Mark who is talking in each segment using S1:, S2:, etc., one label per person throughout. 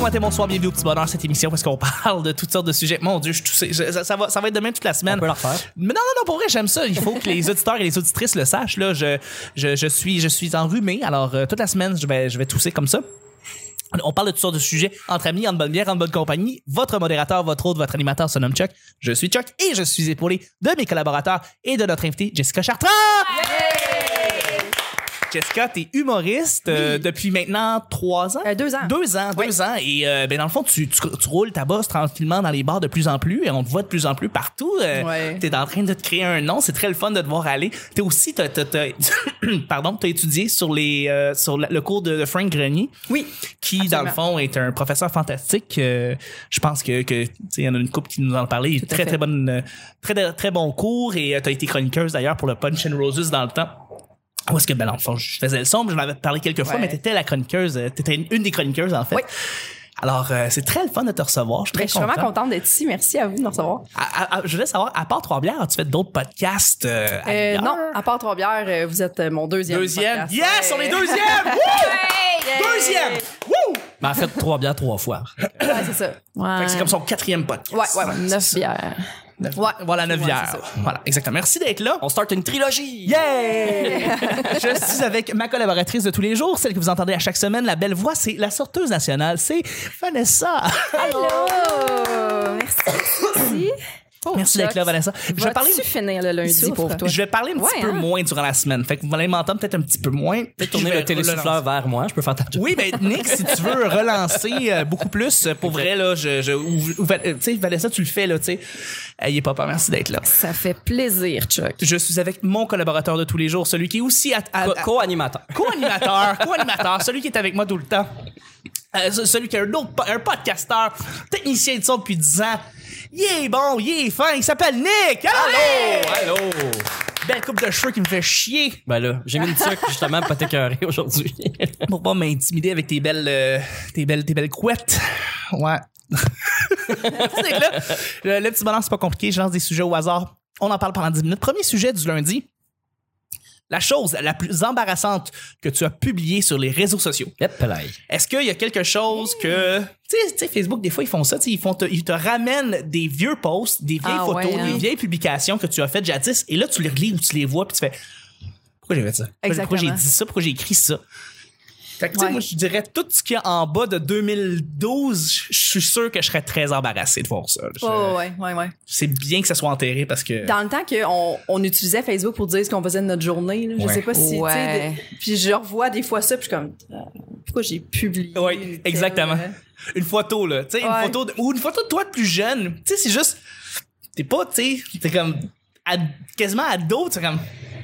S1: matin, bonsoir, bienvenue au petit bonheur, cette émission parce qu'on parle de toutes sortes de sujets. Mon Dieu, je suis toussé. Je- ça, ça va, ça va être demain toute la semaine.
S2: On peut le refaire.
S1: Mais non, non, non, pour vrai, j'aime ça. Il faut que les auditeurs et les auditrices le sachent. Là, je, je, je suis, je suis enrhumé, alors euh, toute la semaine, je vais, je vais tousser comme ça. On parle de toutes sortes de sujets entre amis, en bonne bière, en bonne compagnie. Votre modérateur, votre hôte, votre animateur se nomme Chuck. Je suis Chuck et je suis épaulé de mes collaborateurs et de notre invitée Jessica Chartrand. Jessica, t'es humoriste euh, depuis maintenant trois ans.
S3: Euh, deux ans.
S1: Deux ans, deux ans. Et euh, ben, dans le fond, tu, tu, tu roules ta bosse tranquillement dans les bars de plus en plus et on te voit de plus en plus partout. Euh,
S3: Ouais.
S1: T'es en train de te créer un nom. C'est très le fun de te voir aller. T'es aussi, t'as, t'as- t'as- pardon, t'as étudié sur les, euh, sur la- le cours de, de Frank Grenier
S3: Oui.
S1: qui, dans le fond, est un professeur fantastique. Euh, je pense que, que tu sais, il y en a une couple qui nous en parlait. Il a
S3: à
S1: très,
S3: fait.
S1: très, bonne, euh, très, très bon cours et euh, t'as été chroniqueuse d'ailleurs pour le Punch and Roses dans le temps. Où est-ce que, ben, dans le fond, je faisais le sombre, j'en avais parlé quelques fois,
S3: Ouais.
S1: mais t'étais la chroniqueuse, euh, t'étais une, une des chroniqueuses, en fait.
S3: Oui.
S1: Alors, euh, c'est très le fun de te recevoir. Je suis très
S3: Ben, je suis vraiment
S1: content.
S3: contente d'être ici. Merci à vous de me recevoir.
S1: À- à- à- je voulais savoir, à part Trois-Bières, as-tu fait d'autres podcasts euh,
S3: Euh,
S1: ailleurs?
S3: non, à part trois bières, euh, vous êtes euh, mon deuxième.
S1: Deuxième.
S3: podcast.
S1: Yes,
S3: Ouais.
S1: on est deuxième! Wouh! Deuxième! Wouh!
S2: Mais en fait, trois bières trois fois.
S3: Ouais, c'est ça.
S1: Fait
S4: Ouais.
S1: que c'est comme son quatrième podcast.
S3: Euh, Ouais, ouais, ouais.
S4: Neuf bières.
S1: Ouais, voilà, neuf
S3: Ouais,
S1: bières.
S3: c'est
S1: Voilà, exactement. Merci d'être là.
S2: On start une trilogie.
S1: Yeah! Je suis avec ma collaboratrice de tous les jours, celle que vous entendez à chaque semaine, la belle voix, c'est la sorteuse nationale, c'est Vanessa.
S4: Hello! Merci.
S1: Merci d'être là, Vanessa. Je vais parler.
S4: Tu finir le
S3: Il
S4: lundi
S3: souffre.
S4: pour toi.
S1: Je vais parler un petit
S4: Ouais,
S1: peu
S4: hein?
S1: moins durant la semaine. Fait que vous allez m'entendre peut-être un petit peu moins. Peut-être
S2: Tourner le télésouffleur vers moi, je peux faire ta job.
S1: Oui, ben Nick, si tu veux relancer euh, beaucoup plus, euh, pour vrai là, je, je ou- ou- euh, tu sais Vanessa, tu le fais là, tu sais. Ayez pas peur, merci d'être là.
S4: Ça fait plaisir, Chuck.
S1: Je suis avec mon collaborateur de tous les jours, celui qui est aussi à- à-
S2: Co-
S1: à-
S2: Co-animateur.
S1: co-animateur, co-animateur, celui qui est avec moi tout le temps. Euh, ce- celui qui est un autre po- un podcasteur, technicien de son depuis 10 ans. Il est bon, il est fin, il s'appelle Nick. Allô!
S2: Allô.
S1: Belle coupe de cheveux qui me fait chier
S2: Ben là, j'ai mis une tuque justement pour t'écœurer aujourd'hui.
S1: pour pas m'intimider avec tes belles, euh, tes belles, tes belles couettes. Ouais. C'est que là, le, le petit bonheur, c'est pas compliqué. Je lance des sujets au hasard. On en parle pendant 10 minutes. Premier sujet du lundi. La chose la plus embarrassante que tu as publiée sur les réseaux sociaux.
S2: Yep, là.
S1: Est-ce qu'il y a quelque chose que. Tu sais- tu sais, Facebook, des fois, ils font ça. tu sais, Ils, font te- ils te ramènent des vieux posts, des vieilles
S4: Ah
S1: photos,
S4: ouais, hein.
S1: des vieilles publications que tu as faites jadis. Et là, tu les relis ou tu les vois, puis tu fais. Pourquoi j'ai fait ça? Pourquoi- Pourquoi j'ai
S3: Exactement.
S1: dit ça? Pourquoi j'ai écrit ça? Fait que, tu sais,
S3: Ouais.
S1: moi, je dirais tout ce qu'il y a en bas de 2012, je je suis sûr que je serais très embarrassé de voir ça. Je-
S3: Oh, ouais, ouais, ouais.
S1: C'est bien que ça soit enterré parce que.
S3: Dans le temps qu'on on utilisait Facebook pour dire ce qu'on faisait de notre journée, là, je
S1: Ouais.
S3: sais pas si. tu sais,
S4: Ouais.
S3: des- Puis je revois des fois ça, puis je suis comme, euh, pourquoi j'ai publié.
S1: Oui,
S3: tel,
S1: exactement.
S3: euh,
S1: Une photo, là. Tu sais, une
S3: Ouais.
S1: photo de, ou une photo de toi de plus jeune. Tu sais, c'est juste. T'es pas, tu sais, t'es comme. ad- quasiment ado, tu comme.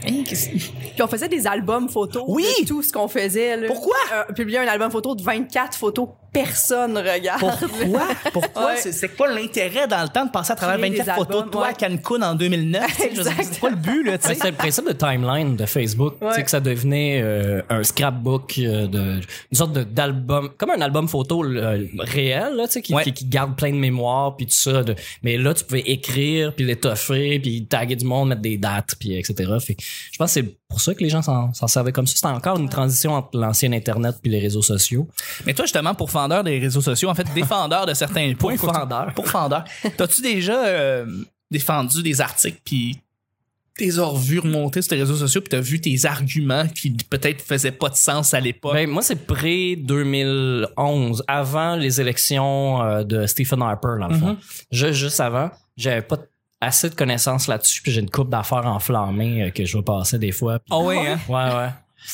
S1: Hein, qu'est-ce-
S3: Puis on faisait des albums photos
S1: Oui!
S3: de tout ce qu'on faisait. là.
S1: Pourquoi?
S3: Euh, publier un album photo de 24 photos, personne regarde.
S1: Pourquoi? Pourquoi?
S3: Ouais.
S1: C'est- C'est quoi l'intérêt dans le temps de passer à travers
S3: Créer des
S1: 24 photos de
S3: albums,
S1: toi à
S3: ouais.
S1: Cancun en 2009? tu sais, je veux dire, C'est quoi le but, là, tu sais?
S2: C'est le principe de timeline de Facebook.
S3: Ouais.
S2: C'est que ça devenait euh, un scrapbook, euh, de, une sorte de- d'album, comme un album photo euh, réel, là, tu sais, qui,
S1: Ouais.
S2: qui- qui garde plein de mémoires, puis tout ça. de- mais là, tu pouvais écrire, puis l'étoffer, puis taguer du monde, mettre des dates, puis etc. Fait que je pense que c'est pour ça que les gens s'en s'en servaient comme ça. C'était encore une transition entre l'ancien Internet puis les réseaux sociaux.
S1: Mais toi, justement, pourfendeur des réseaux sociaux, en fait, défendeur de certains points. faut que tu-
S2: Pourfendeur.
S1: Pourfendeur. T'as-tu déjà euh, défendu des articles, puis tes orvues remontées sur tes réseaux sociaux, puis t'as vu tes arguments qui peut-être faisaient pas de sens à l'époque?
S2: Ben, moi, c'est pré-2011, avant les élections euh, de Stephen Harper, dans le fond. Ju- juste avant, j'avais pas t- assez de connaissances là-dessus, puis j'ai une coupe d'affaires enflammées euh, que je vois passer des fois. puis-
S1: Ah ouais, hein?
S2: Ouais, ouais.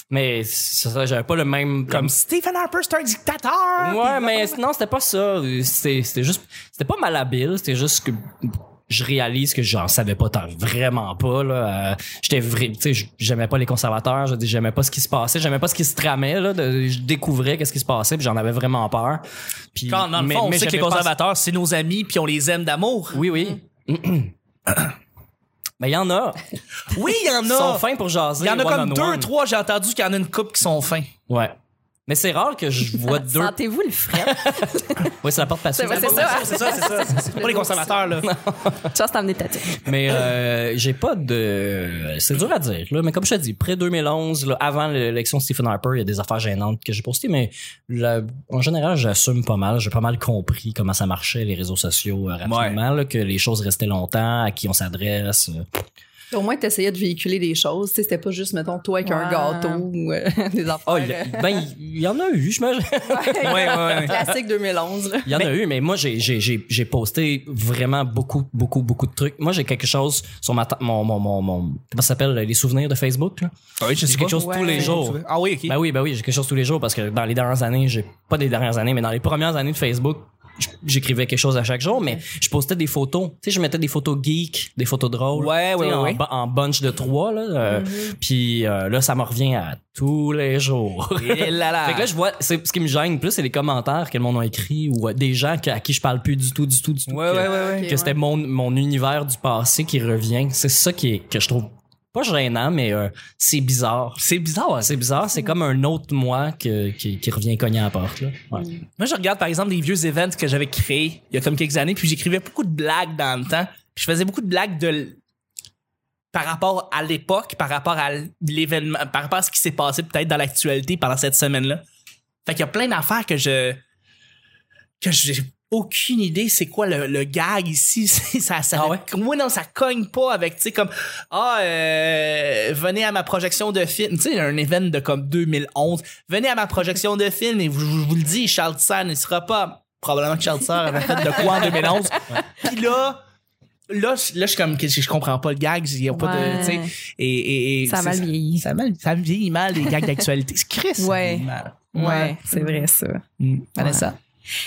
S2: Mais c'est ça, j'avais pas le même...
S1: Comme Stephen Harper, c'est un dictateur!
S2: Ouais, mais non, c'était pas ça. C'était c'était juste... C'était pas malhabile, c'était juste que... Je réalise que j'en savais pas tant, vraiment pas là. Euh, J'étais vrai, tu sais, j'aimais pas les conservateurs, je dis, j'aimais pas ce qui se passait, j'aimais pas ce qui se tramait là. de- je découvrais qu'est-ce qui se passait, puis j'en avais vraiment peur. Puis
S1: Quand, dans le
S2: mais-
S1: fond, on
S2: mais
S1: sait que les
S2: j'avais pas-
S1: conservateurs, c'est nos amis, puis on les aime d'amour.
S2: Oui, oui. mais il y en a.
S1: Oui, il y en
S2: Ils sont
S1: a!
S2: fins pour jaser.
S1: Il y en a comme
S2: one-on-one.
S1: deux, trois, j'ai entendu qu'il y en a une couple qui sont fins.
S2: Ouais. Mais c'est rare que je vois deux.
S4: Sentez-vous le fret?
S2: Oui, c'est la porte passée.
S4: C'est vrai,
S1: C'est ça, c'est ça, c'est ça. C'est pas les conservateurs, là.
S4: Chance t'emmener ta tête.
S2: Mais euh, j'ai pas de. C'est dur à dire, là. Mais comme je te dis, près 2011, là, avant l'élection de Stephen Harper, il y a des affaires gênantes que j'ai postées, mais la- en général, j'assume pas mal. J'ai pas mal compris comment ça marchait, les réseaux sociaux, euh, rapidement, là, que les choses restaient longtemps, à qui on s'adresse.
S3: Au moins, t'essayais de véhiculer des choses. Tu sais, C'était pas juste, mettons, toi avec un
S4: Ouais.
S3: gâteau ou euh, des affaires. euh,
S2: Oh, il y a- ben, il y en a eu, je me.
S1: Ouais, ouais, ouais.
S3: Classique 2011. là.
S2: Il y en a eu, mais moi, j'ai- j'ai- j'ai j'ai posté vraiment beaucoup, beaucoup, beaucoup de trucs. Moi, j'ai quelque chose sur ma ta- mon, mon, mon, mon- comment ça s'appelle, les souvenirs de Facebook. Là.
S1: Oui, je
S2: J'ai quelque chose tous les jours.
S1: Ah oui, ok.
S2: Ben oui, ben oui, j'ai quelque chose tous les jours parce que dans les dernières années, j'ai pas des dernières années, mais dans les premières années de Facebook, j- j'écrivais quelque chose à chaque jour, mais je postais des photos. Tu sais, je mettais des photos geeks, des photos drôles.
S1: Ouais,
S2: tu sais,
S1: ouais,
S2: en,
S1: ouais. Mm-hmm.
S2: bu- en bunch de trois, là. euh, Puis euh, là, ça me revient à tous les jours.
S1: Et là, là.
S2: Fait que là, je vois, c'est ce qui me gêne plus, c'est les commentaires que le monde a écrit ou euh, des gens que- à qui je parle plus du tout, du tout, du tout.
S1: Ouais,
S2: que
S1: ouais, ouais, ouais.
S2: que
S3: Ok,
S2: c'était mon, mon univers du passé qui revient. C'est ça qui est, que je trouve pas gênant, mais euh, c'est bizarre.
S1: C'est bizarre. hein.
S2: C'est bizarre, c'est comme un autre moi que- qui, qui revient cogner à la porte. Là. Ouais.
S4: Mm.
S1: Moi, je regarde, par exemple, des vieux events que j'avais créés il y a comme quelques années, puis j'écrivais beaucoup de blagues dans le temps. Puis je faisais beaucoup de blagues de l- par rapport à l'époque, par rapport à l'événement, par rapport à ce qui s'est passé peut-être dans l'actualité pendant cette semaine-là. Fait qu'il y a plein d'affaires que je que j'ai aucune idée c'est quoi le, le gag ici C'est- ça ça
S2: Ah ouais?
S1: moi non ça cogne pas avec tu sais comme ah euh, venez à ma projection de film tu sais un événement de comme 2011 venez à ma projection de film et vous- je vous le dis Charles Tissard ne sera pas probablement que Charles Tissard avait fait de quoi en 2011 puis là là je- là je suis comme que je je comprends pas le gag il y a pas de
S4: Ouais.
S1: tu sais et, et, et-
S4: Ça
S1: c'est
S4: va vieillir.
S1: ça mal- ça me vieillit mal les gags d'actualité c'est Chris ça me
S4: Ouais.
S1: vieillit mal.
S4: Ouais, c'est vrai, ça.
S1: Mm. Vanessa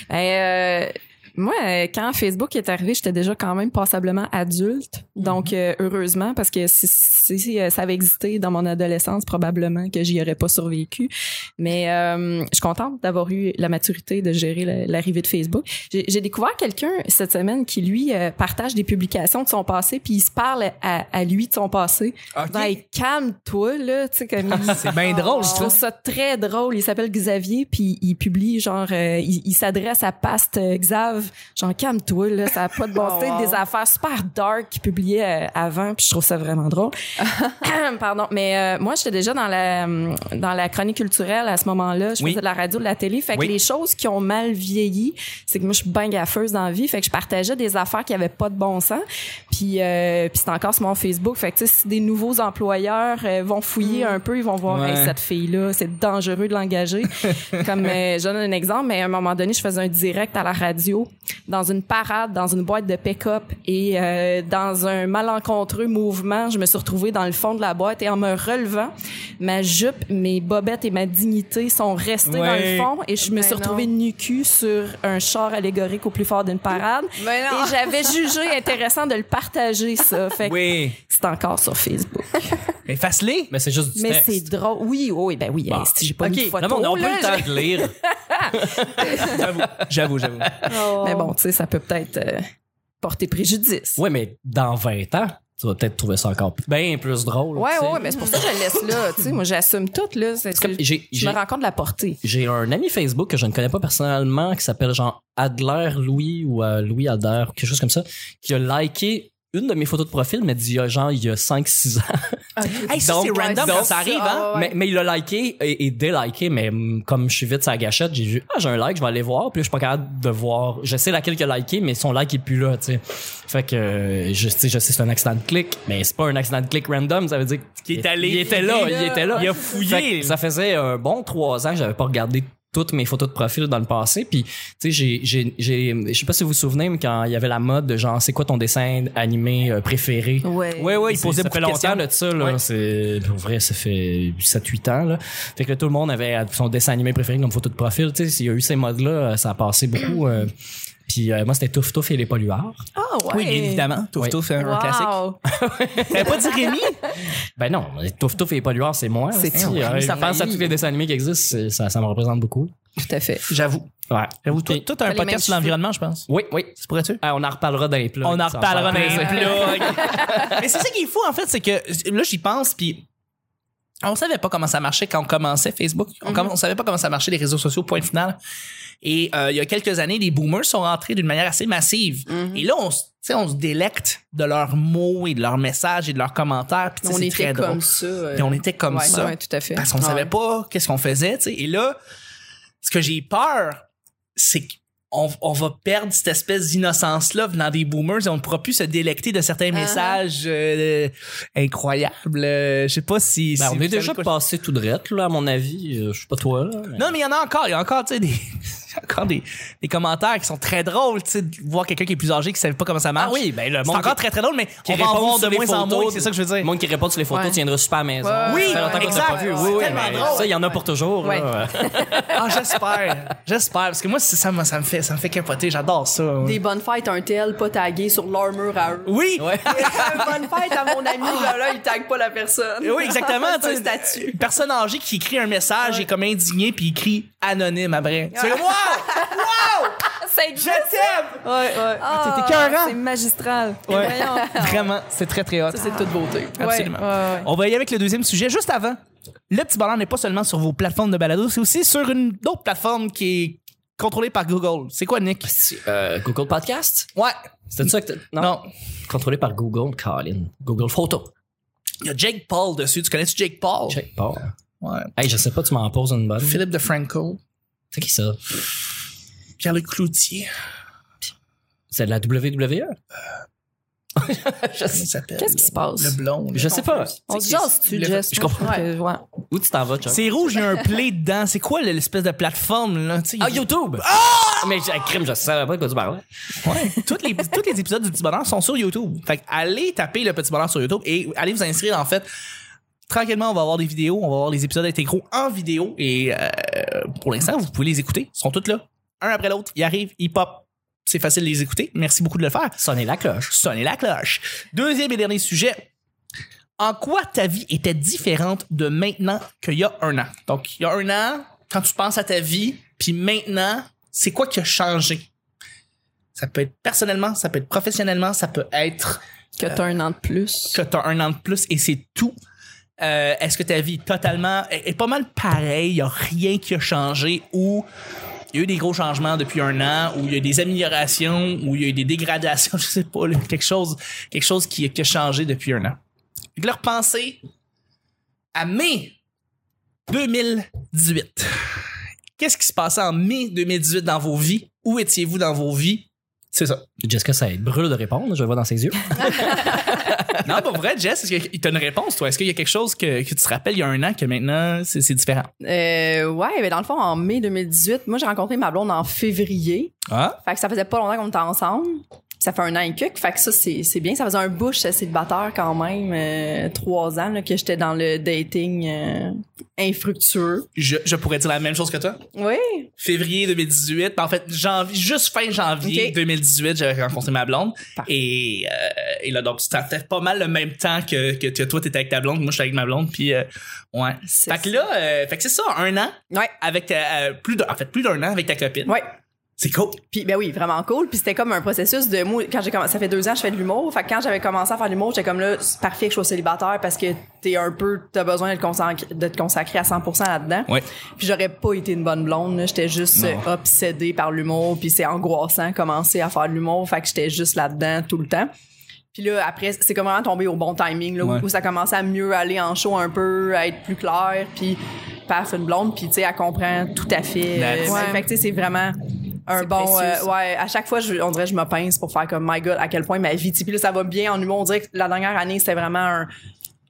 S4: Ben, euh, moi, euh, quand Facebook est arrivé, j'étais déjà quand même passablement adulte. Donc, euh, heureusement, parce que si, si- si, euh, ça avait existé dans mon adolescence, probablement que j'y aurais pas survécu. Mais euh, je suis contente d'avoir eu la maturité de gérer le- l'arrivée de Facebook. J'ai j'ai découvert quelqu'un cette semaine qui, lui, euh, partage des publications de son passé, puis il se parle à, à lui de son passé. Ben, calme-toi, là, tu sais, comme il- Ah,
S1: c'est bien drôle je
S4: je
S1: trouve
S4: trouve ça très drôle. Il s'appelle Xavier, puis il publie, genre, euh, il, il s'adresse à Past euh, Xav. Genre, calme-toi, là, ça n'a pas de bon
S3: Oh,
S4: sens.
S3: wow.
S4: Des affaires super dark qu'il publiait euh, avant, puis je trouve ça vraiment drôle. Pardon, mais euh, moi, j'étais déjà dans la, hum, dans la chronique culturelle à ce moment-là. Je
S1: Oui.
S4: faisais de la radio, de la télé. Fait que
S1: Oui.
S4: les choses qui ont mal vieilli, c'est que moi, je suis bien gaffeuse dans la vie. Fait que je partageais des affaires qui avaient pas de bon sens. Puis, euh, puis c'est encore sur mon Facebook. Fait que, tu sais, si des nouveaux employeurs euh, vont fouiller
S1: Mm.
S4: un peu, ils vont voir
S2: Ouais.
S4: Hey, cette fille-là, c'est dangereux de l'engager. Comme, euh, je donne un exemple, mais à un moment donné, je faisais un direct à la radio dans une parade, dans une boîte de pick-up et euh, dans un malencontreux mouvement, je me suis retrouvée dans le fond de la boîte et en me relevant, ma jupe, mes bobettes et ma dignité sont restées
S1: Ouais.
S4: dans le fond et je me
S3: Ben
S4: suis retrouvée nu cul sur un char allégorique au plus fort d'une parade.
S3: Mais Ben non.
S4: Et j'avais jugé intéressant de le partager, ça. Fait que
S1: oui
S4: c'est encore sur Facebook.
S1: mais fasse-les
S2: Mais c'est juste du
S4: Mais
S2: texte.
S4: c'est drôle. Oui, oui, ben oui,
S2: Bon.
S4: hey, si j'ai pas
S2: Ok,
S4: mis de photo.
S2: non, mais on
S4: là,
S2: n'a pas eu le temps de lire.
S1: J'avoue, j'avoue, j'avoue.
S4: Mais bon, tu sais, ça peut peut-être euh, porter préjudice.
S2: Ouais, mais dans 20 ans, tu vas peut-être trouver ça encore
S1: Ben,
S2: bien plus drôle.
S4: Ouais,
S2: tu sais.
S4: ouais, mais c'est pour ça que je le laisse là. Tu sais, moi, j'assume tout, là. C'est-
S2: C'est comme- j'ai-
S4: je
S2: j'ai-
S4: me rends compte de la portée.
S2: J'ai un ami Facebook que je ne connais pas personnellement qui s'appelle genre Adler Louis ou euh, Louis Adler ou quelque chose comme ça qui a liké une de mes photos de profil mais d'il y a genre il y a 5 6 ans.
S1: Hey, ça,
S2: Donc-
S1: c'est random
S2: donc-
S1: quand ça arrive, hein?
S3: Ah ouais.
S2: Mais, mais il l'a liké et, et déliké mais hum, comme je suis vite sa gâchette, j'ai vu ah j'ai un like, je vais aller voir puis là, je suis pas capable de voir. Je sais laquelle qu'il a liké mais son like est plus là, tu sais. Fait que euh, je tu sais je sais c'est un accident de clic mais c'est pas un accident de clic random, ça veut dire
S1: Qui est allé
S2: il était là,
S1: fouiller.
S2: il était là.
S1: Il a
S2: Fait
S1: fouillé.
S2: que ça faisait un bon trois ans que j'avais pas regardé toutes mes photos de profil dans le passé. Puis, tu sais, j'ai, j'ai, j'ai- je sais pas si vous vous souvenez, mais quand il y avait la mode de genre, c'est quoi ton dessin animé euh, préféré?
S4: Ouais.
S1: Ouais, ouais, il
S2: C'est-
S1: posait
S2: ça
S1: beaucoup
S2: fait
S1: de questions.
S2: longtemps de ça, là.
S1: Ouais.
S2: C'est, pour vrai, ça fait 7-8 ans, là. Fait que là, tout le monde avait son dessin animé préféré comme photo de profil. Tu sais, il y a eu ces modes-là, euh, ça a passé beaucoup. euh. puis, euh, moi, c'était Touf Touf et les polluards.
S4: Ah, ouais.
S1: Oui, bien évidemment. Touf
S2: Oui.
S1: Touf, c'est un
S4: Wow.
S1: classique. T'avais pas dit Rémi?
S2: Ben non, Touf Touf et les polluards, c'est moi.
S4: C'est
S2: Si,
S4: toi.
S2: euh,
S4: Ça
S2: Je pense à
S4: faillit.
S2: tous les dessins animés qui existent, c'est- ça, ça me représente beaucoup.
S4: Tout à fait.
S1: J'avoue.
S2: Ouais.
S1: J'avoue, toi, toi, t'as
S4: T'as
S1: un
S4: les mêmes
S1: podcast sur
S4: cheveux.
S1: l'environnement, je pense.
S2: Oui, oui.
S1: C'est pourrais-tu?
S2: Ah, on en reparlera dans les plugs.
S1: On en
S2: Ça va
S1: reparlera dans
S2: faire
S1: les
S2: plaisir.
S1: plugs. Mais c'est ça qui est fou, en fait, c'est que là, j'y pense, puis on savait pas comment ça marchait quand on commençait Facebook. On,
S4: Mhm.
S1: comm- on savait pas comment ça marchait les réseaux sociaux, point final. Et euh, il y a quelques années, les boomers sont rentrés d'une manière assez massive.
S4: Mhm.
S1: Et là, on, s- tu sais, on se délecte de leurs mots et de leurs messages et de leurs commentaires. Puis, tu sais,
S4: On
S1: c'est très
S4: était comme
S1: drôle.
S4: ça. euh,
S1: Puis on était comme
S4: Ouais,
S1: ça.
S3: Ouais, tout à fait.
S1: Parce qu'on
S4: Ah, Ouais.
S1: savait pas qu'est-ce qu'on faisait, tu sais. Et là, ce que j'ai peur, c'est qu'on on va perdre cette espèce d'innocence-là venant des boomers et on ne pourra plus se délecter de certains
S4: Uh-huh.
S1: messages euh, incroyables. Euh, je sais pas si...
S2: Ben,
S1: si
S2: on
S1: vous
S2: est déjà
S1: savez quoi-
S2: passé tout de rette, là, à mon avis. Euh, Je suis pas toi, là. mais-
S1: Non, mais il y en a encore. Il y a encore, tu sais, des... il y a encore des, des commentaires qui sont très drôles, tu sais, de voir quelqu'un qui est plus âgé qui ne savait pas comment ça marche.
S2: Ah oui, ben le
S1: C'est
S2: monde.
S1: encore très très drôle, mais
S2: qui
S1: on va en
S2: répond
S1: voir de
S2: sur les
S1: moins en
S2: photos
S1: moins,
S2: de-
S1: c'est ça que je veux
S2: Le
S1: dire.
S2: monde qui répond sur les photos
S3: Ouais.
S2: tiendra super à la maison.
S4: Ouais,
S1: Oui,
S2: Ça fait longtemps qu'on
S1: exact.
S2: t'a pas vu. Oui,
S1: C'est
S2: oui,
S1: tellement
S2: mais
S1: drôle.
S2: ça, il y en a pour toujours.
S3: Ouais.
S2: là.
S1: Ah, j'espère. j'espère. Parce que moi, c'est ça, moi, ça me fait, ça me fait capoter. J'adore ça.
S4: Des bonnes fêtes, un tel pas tagué sur leur mur à eux.
S1: Oui.
S2: Ouais.
S4: bonne fête à mon ami, là, là, il tague pas la personne.
S1: Euh, Oui, exactement.
S4: C'est un
S1: tu sais,
S4: statut.
S1: Une personne âgée qui écrit un message et comme indigné puis il crie anonyme après. C'est comme, wow!
S3: C'est
S1: Je t'aime!
S4: Ouais, ouais.
S1: t'es- t'es écœurant.
S3: Ah, C'est magistral.
S1: Ouais.
S3: Voyons.
S1: Vraiment, c'est très très hot.
S4: Ça, c'est de toute beauté.
S1: Absolument.
S3: Ouais, ouais, ouais.
S1: On va y aller avec le deuxième sujet juste avant. Le petit bonheur n'est pas seulement sur vos plateformes de balado, c'est aussi sur une autre plateforme qui est contrôlée par Google. C'est quoi, Nick?
S2: Euh, Google Podcast?
S1: Ouais.
S2: C'était ça que t'as- non.
S1: Non.
S2: Contrôlé par Google, Colin. Google Photo.
S1: Il y a Jake Paul dessus. Tu connais Jake Paul?
S2: Check pas.
S1: Ouais.
S2: Hey, je sais pas, tu m'en poses une bonne.
S1: Philippe de Franco.
S2: C'est qui ça?
S1: Pierre-Luc Cloutier.
S2: C'est de la E? WWE?
S1: Je sais. s'appelle.
S3: Qu'est-ce qui se passe?
S1: Le blond. là.
S2: Je sais pas.
S3: On se jase-tu,
S1: Le-
S3: Jess?
S2: je comprends.
S3: Que- ouais.
S2: Où tu t'en vas, Chuck?
S1: C'est rouge, il y a un play dedans. C'est quoi l'espèce de plateforme, là? Tu sais,
S2: Ah,
S1: il y a-
S2: YouTube! Mais j'ai crime, je savais pas de quoi tu parlais.
S1: Ouais. Toutes les, tous les épisodes du Petit Bonheur sont sur YouTube. Fait que allez taper le Petit Bonheur sur YouTube et allez vous inscrire, en fait. Tranquillement, on va avoir des vidéos, on va avoir les épisodes intégraux en vidéo et euh, pour l'instant, vous pouvez les écouter. Ils sont tous là. Un après l'autre, ils arrivent, ils pop. C'est facile de les écouter. Merci beaucoup de le faire.
S2: Sonnez la cloche.
S1: Sonnez la cloche. Deuxième et dernier sujet. En quoi ta vie était différente de maintenant qu'il y a un an? Donc, il y a un an, quand tu penses à ta vie, puis maintenant, c'est quoi qui a changé? Ça peut être personnellement, ça peut être professionnellement, ça peut être
S3: Que t'as un an de plus.
S1: que tu as un an de plus et c'est tout. Euh, Est-ce que ta vie est totalement est, est pas mal pareille, il n'y a rien qui a changé ou il y a eu des gros changements depuis un an, ou il y a eu des améliorations, ou il y a eu des dégradations, je sais pas, là, quelque chose, quelque chose qui, qui a changé depuis un an. Fait que là, repensez à mai 2018. Qu'est-ce qui se passait en mai 2018 dans vos vies? Où étiez-vous dans vos vies? C'est ça.
S2: Jessica, ça brûle de répondre, je le vois dans ses yeux.
S1: Non, pour vrai, Jess, est-ce qu'il t'a une réponse, toi? Est-ce qu'il y a quelque chose que, que tu te rappelles il y a un an que maintenant c'est c'est différent?
S4: Euh, ouais, mais dans le fond, en mai 2018, moi, j'ai rencontré ma blonde en février.
S1: Ah?
S4: Fait que ça faisait pas longtemps qu'on était ensemble. Ça fait un an et quelques. Fait que ça, c'est c'est bien. Ça faisait un bush célibataire quand même. euh, trois ans là, que j'étais dans le dating euh, infructueux.
S1: Je, je pourrais dire la même chose que toi.
S4: Oui.
S1: Février 2018, ben en fait, janvier, juste fin janvier
S4: Ok.
S1: 2018, j'avais rencontré ma blonde.
S4: Parfait.
S1: Et, euh, et là, donc, c'était pas mal le même temps que, que, que toi, t'étais avec ta blonde, moi, j'étais avec ma blonde, puis euh, ouais.
S4: C'est
S1: Fait que
S4: ça.
S1: là, euh, fait que c'est ça, un an,
S4: Ouais.
S1: avec ta, euh, plus d'un- en fait, plus d'un an avec ta copine.
S4: Ouais.
S1: C'est cool.
S4: Puis ben oui, vraiment cool. Puis c'était comme un processus de moi quand j'ai commencé ça fait deux ans je fais de l'humour. Fait que quand j'avais commencé à faire de l'humour, j'étais comme là c'est parfait que je sois célibataire parce que t'es un peu t'as besoin de, te consacrer- de te consacrer à 100% là-dedans.
S1: Ouais.
S4: Puis j'aurais pas été une bonne blonde, là. j'étais juste
S1: Non.
S4: euh, obsédée par l'humour, puis c'est angoissant commencer à faire de l'humour, fait que j'étais juste là-dedans tout le temps. Puis là, après, c'est comme vraiment tombé au bon timing, là, où-
S1: Ouais.
S4: où ça commençait à mieux aller en show un peu, à être plus clair, puis paf, une blonde, puis tu sais, elle comprend tout à fait.
S1: Nice.
S4: Euh,
S3: Ouais.
S4: Fait que tu sais, c'est vraiment un
S3: C'est
S4: bon...
S3: précieux,
S4: euh,
S3: ça.
S4: ouais, à chaque fois, je, on dirait que je me pince pour faire comme, my God, à quel point ma vie... tu sais, Puis là, ça va bien en humour. On dirait que la dernière année, c'était vraiment un...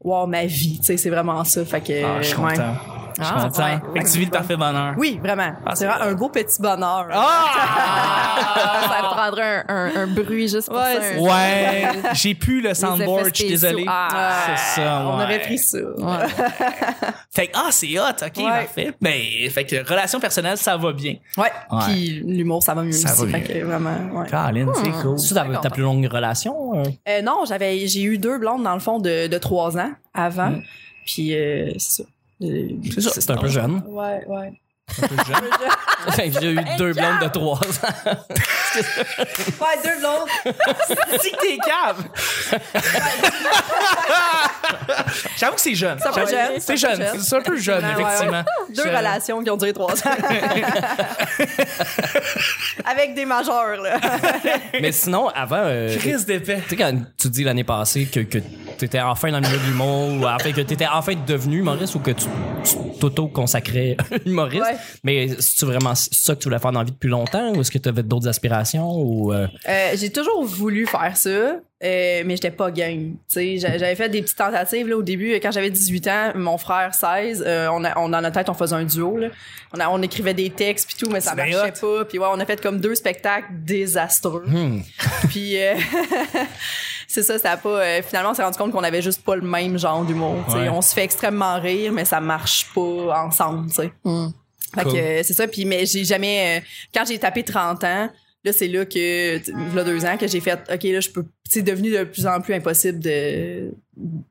S4: Wow, ma vie, tu sais, c'est vraiment ça. Fait que...
S1: Ah, je suis
S4: ouais.
S1: content. Je suis
S4: Ah,
S1: content.
S4: ouais,
S1: Fait que tu vis le parfait bonheur.
S4: Oui, vraiment.
S1: Ah,
S4: c'est vraiment un beau petit bonheur.
S3: Ah! ça prendrait un, un- un bruit juste pour
S4: Ouais,
S3: ça. un-
S4: c'est-
S1: Ouais, j'ai pu le soundboard, je suis
S3: effets spéciaux.
S1: désolé.
S3: Ah,
S1: c'est ça,
S4: On
S1: ouais.
S4: aurait pris ça.
S3: Ouais.
S1: Fait que, ah, c'est hot, ok,
S4: Ouais.
S1: parfait. Mais, fait que, relation personnelle, ça va bien.
S4: Ouais.
S1: Ouais.
S4: Puis l'humour, ça va mieux
S1: Ça
S4: aussi.
S1: va
S4: fait
S1: mieux.
S4: que vraiment, ouais.
S1: Caroline, c'est
S4: Hmm.
S1: cool.
S2: C'est ta, ta plus longue relation? euh?
S4: Euh, non, j'avais, j'ai eu deux blondes dans le fond de, de trois ans avant. Puis euh, c'est ça. Euh,
S1: Mm. C'est ça.
S2: C'est un peu jeune.
S4: ouais, ouais. Ah,
S2: J'ai eu deux blondes de trois ans.
S4: Ouais, deux blondes.
S1: Si que t'es cave! J'avoue que c'est jeune.
S4: Ça va
S1: J'avoue- C'est
S4: jeune, ça va
S1: jeune.
S4: jeune.
S1: C'est un peu jeune,
S4: Ouais, ouais.
S1: effectivement.
S4: Deux
S1: Je-
S4: relations qui ont duré trois ans. Avec des majeurs, là.
S2: Mais sinon, avant. euh,
S1: Crise d'épais.
S2: Tu sais, quand tu dis l'année passée que, que t'étais enfin dans le milieu de l'humour, ou enfin que t'étais enfin devenu humoriste, ou que tu tu t'auto-consacrais humoriste,
S4: Ouais.
S2: mais c'est-tu vraiment ça que tu voulais faire dans la vie depuis longtemps, ou est-ce que t'avais d'autres aspirations, ou... euh,
S4: Euh, j'ai toujours voulu faire ça, euh, mais j'étais pas game. Tu sais, j'a- J'avais fait des petites tentatives là, au début. euh, Quand j'avais 18 ans, mon frère 16, euh, on a, on, dans notre tête, on faisait un duo. là. On, a- on écrivait des textes puis tout, mais ça
S1: C'est bien
S4: marchait pas. Puis ouais, on a fait comme deux spectacles désastreux.
S2: hmm,
S4: Puis euh, c'est ça, ça a pas. euh, finalement, on s'est rendu compte qu'on avait juste pas le même genre d'humour. tu sais.
S2: Ouais.
S4: On se fait extrêmement rire, mais ça marche pas ensemble. tu sais. Fait
S2: Cool.
S4: que euh, c'est ça. Puis mais j'ai jamais. euh, quand j'ai tapé 30 ans. Là, c'est là que, il y a deux ans, que j'ai fait, OK, là, je peux, c'est devenu de plus en plus impossible de,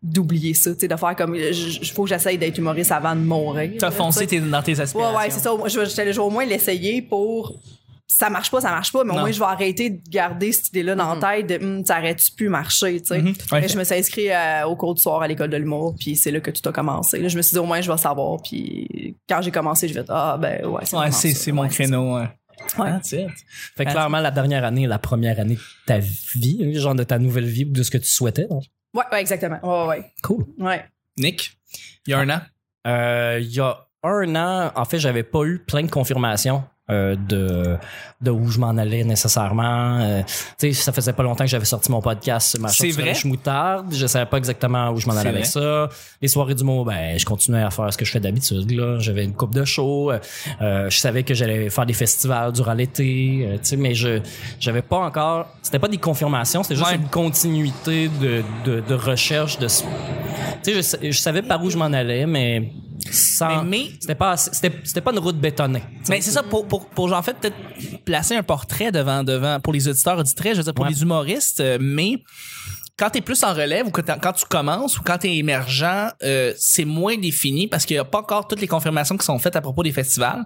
S4: d'oublier ça, tu sais, de faire comme, il faut que j'essaye d'être humoriste avant de mourir.
S1: T'as
S4: là, tu sais.
S1: foncé tes- dans tes aspirations.
S4: Ouais, ouais, c'est ça. Au moins, je- J'étais au moins l'essayer pour. Ça marche pas, ça marche pas, mais
S1: Non.
S4: au moins je vais arrêter de garder cette idée-là dans la tête de Hum, ça aurait-tu pu marcher, tu sais.
S1: Mhm. Ouais.
S4: Et Je me suis inscrite euh, au cours du soir à l'école de l'humour, puis c'est là que tout a commencé. Là, je me suis dit au moins je vais savoir, puis quand j'ai commencé, je vais dire ah ben ouais.
S1: Ouais,
S4: vraiment
S1: c'est
S4: ça.
S1: c'est mon
S4: Ouais,
S1: créneau. hein.
S4: Ouais.
S1: Ah, tiens.
S2: Fait que clairement, la dernière année, la première année de ta vie, hein, genre de ta nouvelle vie, ou de ce que tu souhaitais, donc.
S4: ça. Ouais, ouais, exactement. Ouais, ouais,
S2: Cool.
S4: ouais. ouais.
S1: Nick, il y a un an.
S2: Euh, Il y a un an, en fait, j'avais pas eu plein de confirmations euh, de, de où je m'en allais nécessairement. Euh, tu sais, ça faisait pas longtemps que j'avais sorti mon podcast, ma
S1: C'est vrai?
S2: Je moutarde. Je savais pas exactement où je m'en
S1: C'est
S2: allais avec
S1: vrai.
S2: ça. Les soirées du mot, ben, je continuais à faire ce que je fais d'habitude. Là, j'avais une coupe de show. Euh, euh, je savais que j'allais faire des festivals durant l'été. euh, tu sais, mais je j'avais pas encore. C'était pas des confirmations. C'était juste
S1: Ouais.
S2: une continuité de, de, de recherche de ce tu sais, je sa- je, savais par où je m'en allais, mais sans.
S1: Mais- mais-
S2: C'était pas, assez- c'était, c'était pas une route bétonnée.
S1: Mais c'est ça, pour, pour, pour en fait, peut-être placer un portrait devant, devant, pour les auditeurs, auditrices, je veux dire, pour
S2: Ouais.
S1: les humoristes, euh, mais quand t'es plus en relève ou que t'as- quand tu commences ou quand t'es émergent, euh, c'est moins défini parce qu'il n'y a pas encore toutes les confirmations qui sont faites à propos des festivals.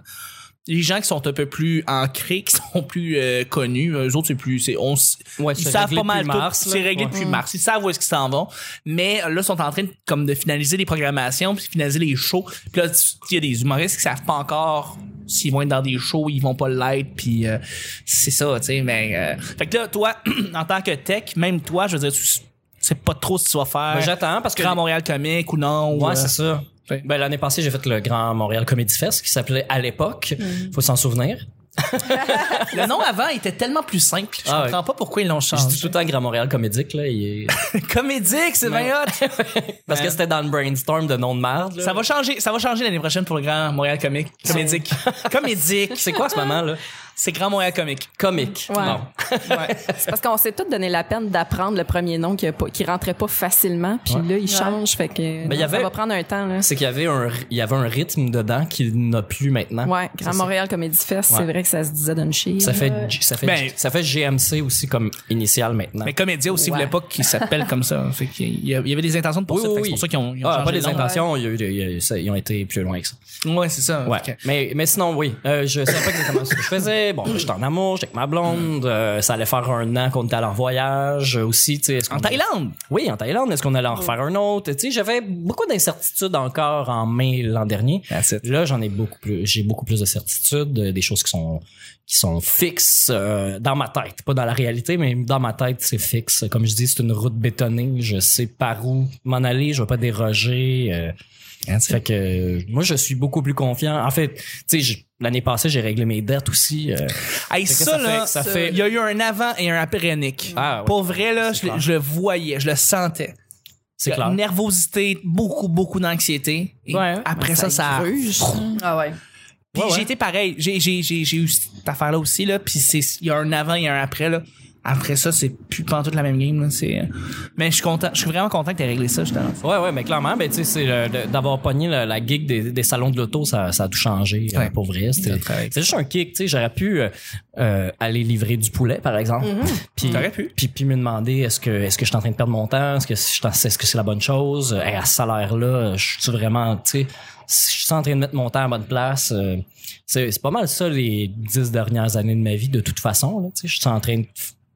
S1: Les gens qui sont un peu plus ancrés, qui sont plus euh, connus, eux autres, c'est plus, c'est, on, s-
S2: Ouais,
S1: ils
S2: c'est
S1: savent
S2: réglé
S1: pas mal
S2: depuis
S1: tout.
S2: mars, là.
S1: C'est réglé
S2: Ouais.
S1: depuis mars. Ils savent où est-ce qu'ils s'en vont. Mais euh, là, ils sont en train de, comme de finaliser les programmations, puis finaliser les shows. Puis là, tu- il y a des humoristes qui savent pas encore s'ils vont être dans des shows, ils vont pas l'être, puis euh, c'est ça, tu sais. Mais euh, fait que là, toi, en tant que tech, même toi, je veux dire, tu sais pas trop si tu vas faire.
S2: Ben, j'attends parce que-
S1: Grand Montréal comique ou non. ou,
S2: Ouais,
S1: euh,
S2: c'est ça. Ben, l'année passée, j'ai fait le Grand Montréal Comedy Fest qui s'appelait à l'époque.
S1: Mm.
S2: Faut s'en souvenir.
S1: le nom avant était tellement plus simple. Je
S2: Ah,
S1: comprends pas pourquoi ils l'ont
S2: Je dis
S1: changé.
S2: tout le temps Grand Montréal Comédique, là. il est-
S1: Comédique, c'est bien hot.
S2: Parce
S1: Ouais.
S2: que c'était dans le brainstorm de nom de marde, là.
S1: Ça va changer, ça va changer l'année prochaine pour le Grand Montréal comique. Comédique. Comédique.
S2: C'est quoi en ce moment, là?
S1: C'est Grand Montréal Comique.
S2: Comique.
S5: Ouais.
S2: Non.
S5: C'est parce qu'on s'est tous donné la peine d'apprendre le premier nom qui, a pas- qui rentrait pas facilement, puis là, il change, fait que
S2: Mais il y
S5: non,
S2: avait-
S5: ça va prendre un temps. Là.
S2: C'est qu'il y avait un, il y avait un rythme dedans qu'il n'a plus maintenant.
S5: Ouais, Grand
S2: ça.
S5: Montréal Comedy Fest,
S2: Ouais.
S5: c'est vrai que ça se disait d'une chier.
S2: Ça fait, ça fait,
S1: Ben-
S2: ça fait GMC aussi comme initial maintenant.
S1: Mais Comédia aussi
S5: Ouais.
S1: voulait pas qu'il s'appelle comme ça. Fait qu'il y a- il y avait des intentions pour
S2: Oui,
S1: ça.
S2: oui,
S1: Fait que
S2: oui.
S1: C'est pour ça qu'ils ont, ils ont
S2: Ah,
S1: changé
S2: pas les
S1: le nom. hein.
S2: intentions, il y a eu des- il y a eu- ça- ils ont été plus loin que ça.
S1: Ouais, c'est ça.
S2: Ouais.
S1: Fait que-
S2: Mais, mais sinon, oui. Euh, je savais pas exactement ce que je faisais. Bon, j'étais en amour, j'étais avec ma blonde.
S1: Hmm.
S2: Euh, ça allait faire un an qu'on était allé en voyage euh, aussi. tu sais, est-ce qu'on-
S1: En Thaïlande.
S2: Oui, en Thaïlande. Est-ce qu'on allait en refaire un autre? Tu sais, j'avais beaucoup d'incertitudes encore en mai l'an dernier. Là, j'en ai beaucoup plus. J'ai beaucoup plus de certitudes, euh, des choses qui sont qui sont fixes euh, dans ma tête, pas dans la réalité, mais dans ma tête, c'est fixe. Comme je dis, c'est une route bétonnée. Je sais par où m'en aller. Je vais pas déroger. euh, fait que euh, moi, je suis beaucoup plus confiant. En fait, tu sais, je- l'année passée, j'ai réglé mes dettes aussi. euh,
S1: Hey,
S2: Fait que
S1: ça,
S2: ça
S1: là, euh,
S2: fait- ça fait-
S1: il y a eu un avant et un après Nick.
S2: Ah, ouais.
S1: Pour vrai, là,
S2: C'est
S1: je, le-
S2: clair.
S1: je le voyais, je le sentais.
S2: c'est
S1: La
S2: clair.
S1: Nervosité, beaucoup, beaucoup d'anxiété. Et
S2: Ouais.
S1: Après ça, ça.
S5: gruge.
S4: Ah ouais.
S1: Puis
S2: Ouais, ouais.
S1: j'ai été pareil. J'ai, j'ai, j'ai, j'ai eu cette affaire-là aussi, là. Puis c'est, il y a un avant, il y a un après, là. Après ça, c'est plus pantoute la même game, là. C'est, euh, mais je suis content, je suis vraiment content que t'aies réglé ça, justement.
S2: Ouais, ouais, mais clairement, ben, tu sais, c'est le- le- d'avoir pogné la, la gig des, des salons de l'auto, ça, ça a tout changé, euh,
S1: Ouais.
S2: pour vrai. C'était-
S1: Ça travaille.
S2: C'est juste un kick, tu sais. J'aurais pu euh, euh, aller livrer du poulet, par exemple. Puis,
S1: T'aurais pu.
S2: Puis, puis me demander, est-ce que, est-ce que je suis en train de perdre mon temps? Est-ce que, je suis en- est-ce que c'est la bonne chose? Euh, hey, à ce salaire-là, je suis vraiment, tu sais, je suis en train de mettre mon temps à la bonne place. Euh, c'est, c'est pas mal ça, les dix dernières années de ma vie, de toute façon, là, tu sais. Je suis en train de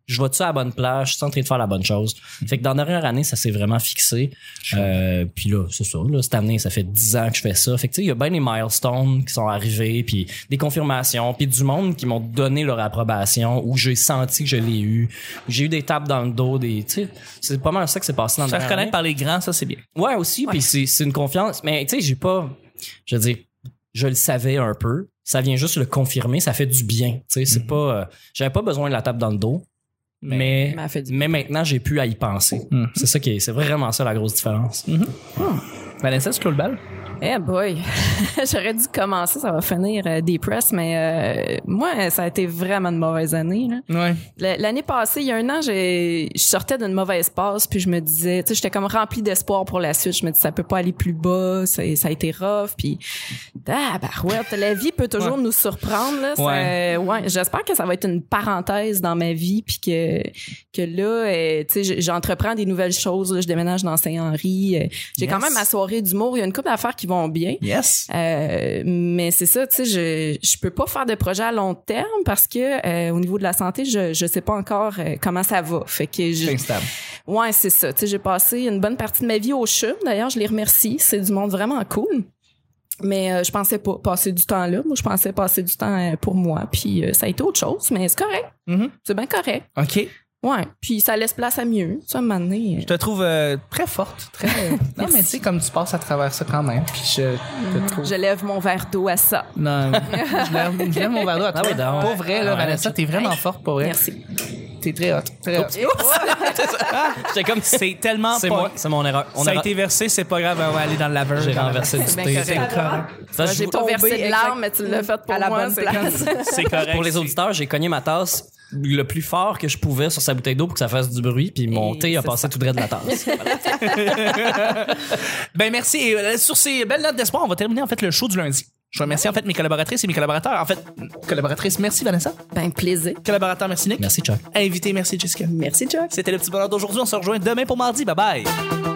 S2: je vais-tu à la bonne place, je suis en train de faire la bonne chose. Fait que dans la dernière année, ça s'est vraiment fixé. Euh, puis là, c'est ça. Là, cette année, ça fait 10 ans que je fais ça. Fait que tu sais, il y a bien des milestones qui sont arrivés, puis des confirmations, puis du monde qui m'ont donné leur approbation, où j'ai senti que je l'ai eu. J'ai eu des tapes dans le dos, des. Tu sais, c'est pas mal ça que c'est passé dans la
S1: Ça
S2: dernière année.
S1: reconnaître par les grands, ça, c'est bien.
S2: Ouais, aussi. Puis c'est c'est une confiance. Mais tu sais, j'ai pas. Je veux dire, je le savais un peu. Ça vient juste le confirmer. Ça fait du bien. Tu sais, c'est pas. euh, J'avais pas besoin de la tape dans le dos. Mais,
S4: Mm-hmm. Mais elle fait du Mm-hmm.
S2: mais maintenant, j'ai pu à y penser.
S1: Mhm.
S2: C'est ça qui est. C'est vraiment ça la grosse différence.
S1: Vanessa, tu le bal?
S4: Eh boy, j'aurais dû commencer, ça va finir euh, des press, mais euh, moi, ça a été vraiment une mauvaise année. là.
S1: Ouais.
S4: L- L'année passée, il y a un an, j'ai- je sortais d'une mauvaise passe, puis je me disais, tu sais, j'étais comme remplie d'espoir pour la suite. Je me dis, ça peut pas aller plus bas, ça, ça a été rough, puis ah, bah ouais, la vie peut toujours nous surprendre. Là, Ça-
S1: Ouais.
S4: euh, ouais. j'espère que ça va être une parenthèse dans ma vie, puis que que là, euh, tu sais, j- j'entreprends des nouvelles choses. là. je déménage dans Saint-Henri. euh, J'ai
S1: Yes.
S4: quand même ma soirée d'humour. Il y a une couple d'affaires qui vont bien.
S1: Yes.
S4: Euh, mais c'est ça, tu sais, je, je peux pas faire de projet à long terme parce que euh, au niveau de la santé, je, je sais pas encore euh, comment ça va. Fait que je-
S1: C'est instable.
S4: ouais, c'est ça. Tu sais, j'ai passé une bonne partie de ma vie au CHUM. D'ailleurs, je les remercie. C'est du monde vraiment cool. Mais euh, je pensais pas passer du temps là. Moi, je pensais passer du temps euh, pour moi. Puis euh, ça a été autre chose, mais c'est correct.
S1: Mhm.
S4: C'est bien correct.
S1: OK.
S4: Ouais. Puis ça laisse place à mieux. Ça, à un moment donné, euh,
S1: Je te trouve euh, très forte, très. non, mais tu sais, comme tu passes à travers ça quand même. Puis je te trouve.
S4: Mm-hmm. euh, je lève mon verre d'eau à ça.
S1: Non, je lève, je lève mon verre d'eau à toi.
S2: oui, donc.
S1: Pour vrai, là,
S2: Ah ouais.
S1: Vanessa, t'es vraiment forte pour vrai.
S4: Merci.
S1: T'es très haute. Très haute.
S2: J'étais comme.
S1: C'est tellement
S2: C'est
S1: pas-
S2: moi, c'est mon erreur.
S1: ça a
S2: ra-
S1: été versé, c'est pas grave, on va aller dans le laveur.
S2: J'ai renversé du
S4: bien
S2: thé.
S4: correct.
S1: Ben, C'est correct.
S2: Ça, je
S4: J'ai
S2: vous-
S4: pas versé
S3: tombé
S4: de larmes, mais tu l'as fait pour
S3: à la
S4: moi,
S3: bonne
S4: c'est
S3: place.
S4: comme-
S1: C'est correct.
S2: Pour les
S1: C'est-
S2: auditeurs, j'ai cogné ma tasse le plus fort que je pouvais sur sa bouteille d'eau pour que ça fasse du bruit, puis mon
S4: Et
S2: thé a
S4: c'est
S2: passé tout droit de la tasse.
S1: Ben merci. Et euh, sur ces belles notes d'espoir, on va terminer en fait le show du lundi. Je remercie en fait mes collaboratrices et mes collaborateurs. En fait, collaboratrice, merci Vanessa.
S4: Ben, plaisir.
S1: Collaborateur, merci Nick.
S2: Merci, Chuck.
S1: Invité, merci Jessica.
S3: Merci, Chuck.
S1: C'était le petit bonheur d'aujourd'hui. On se rejoint demain pour mardi. Bye bye.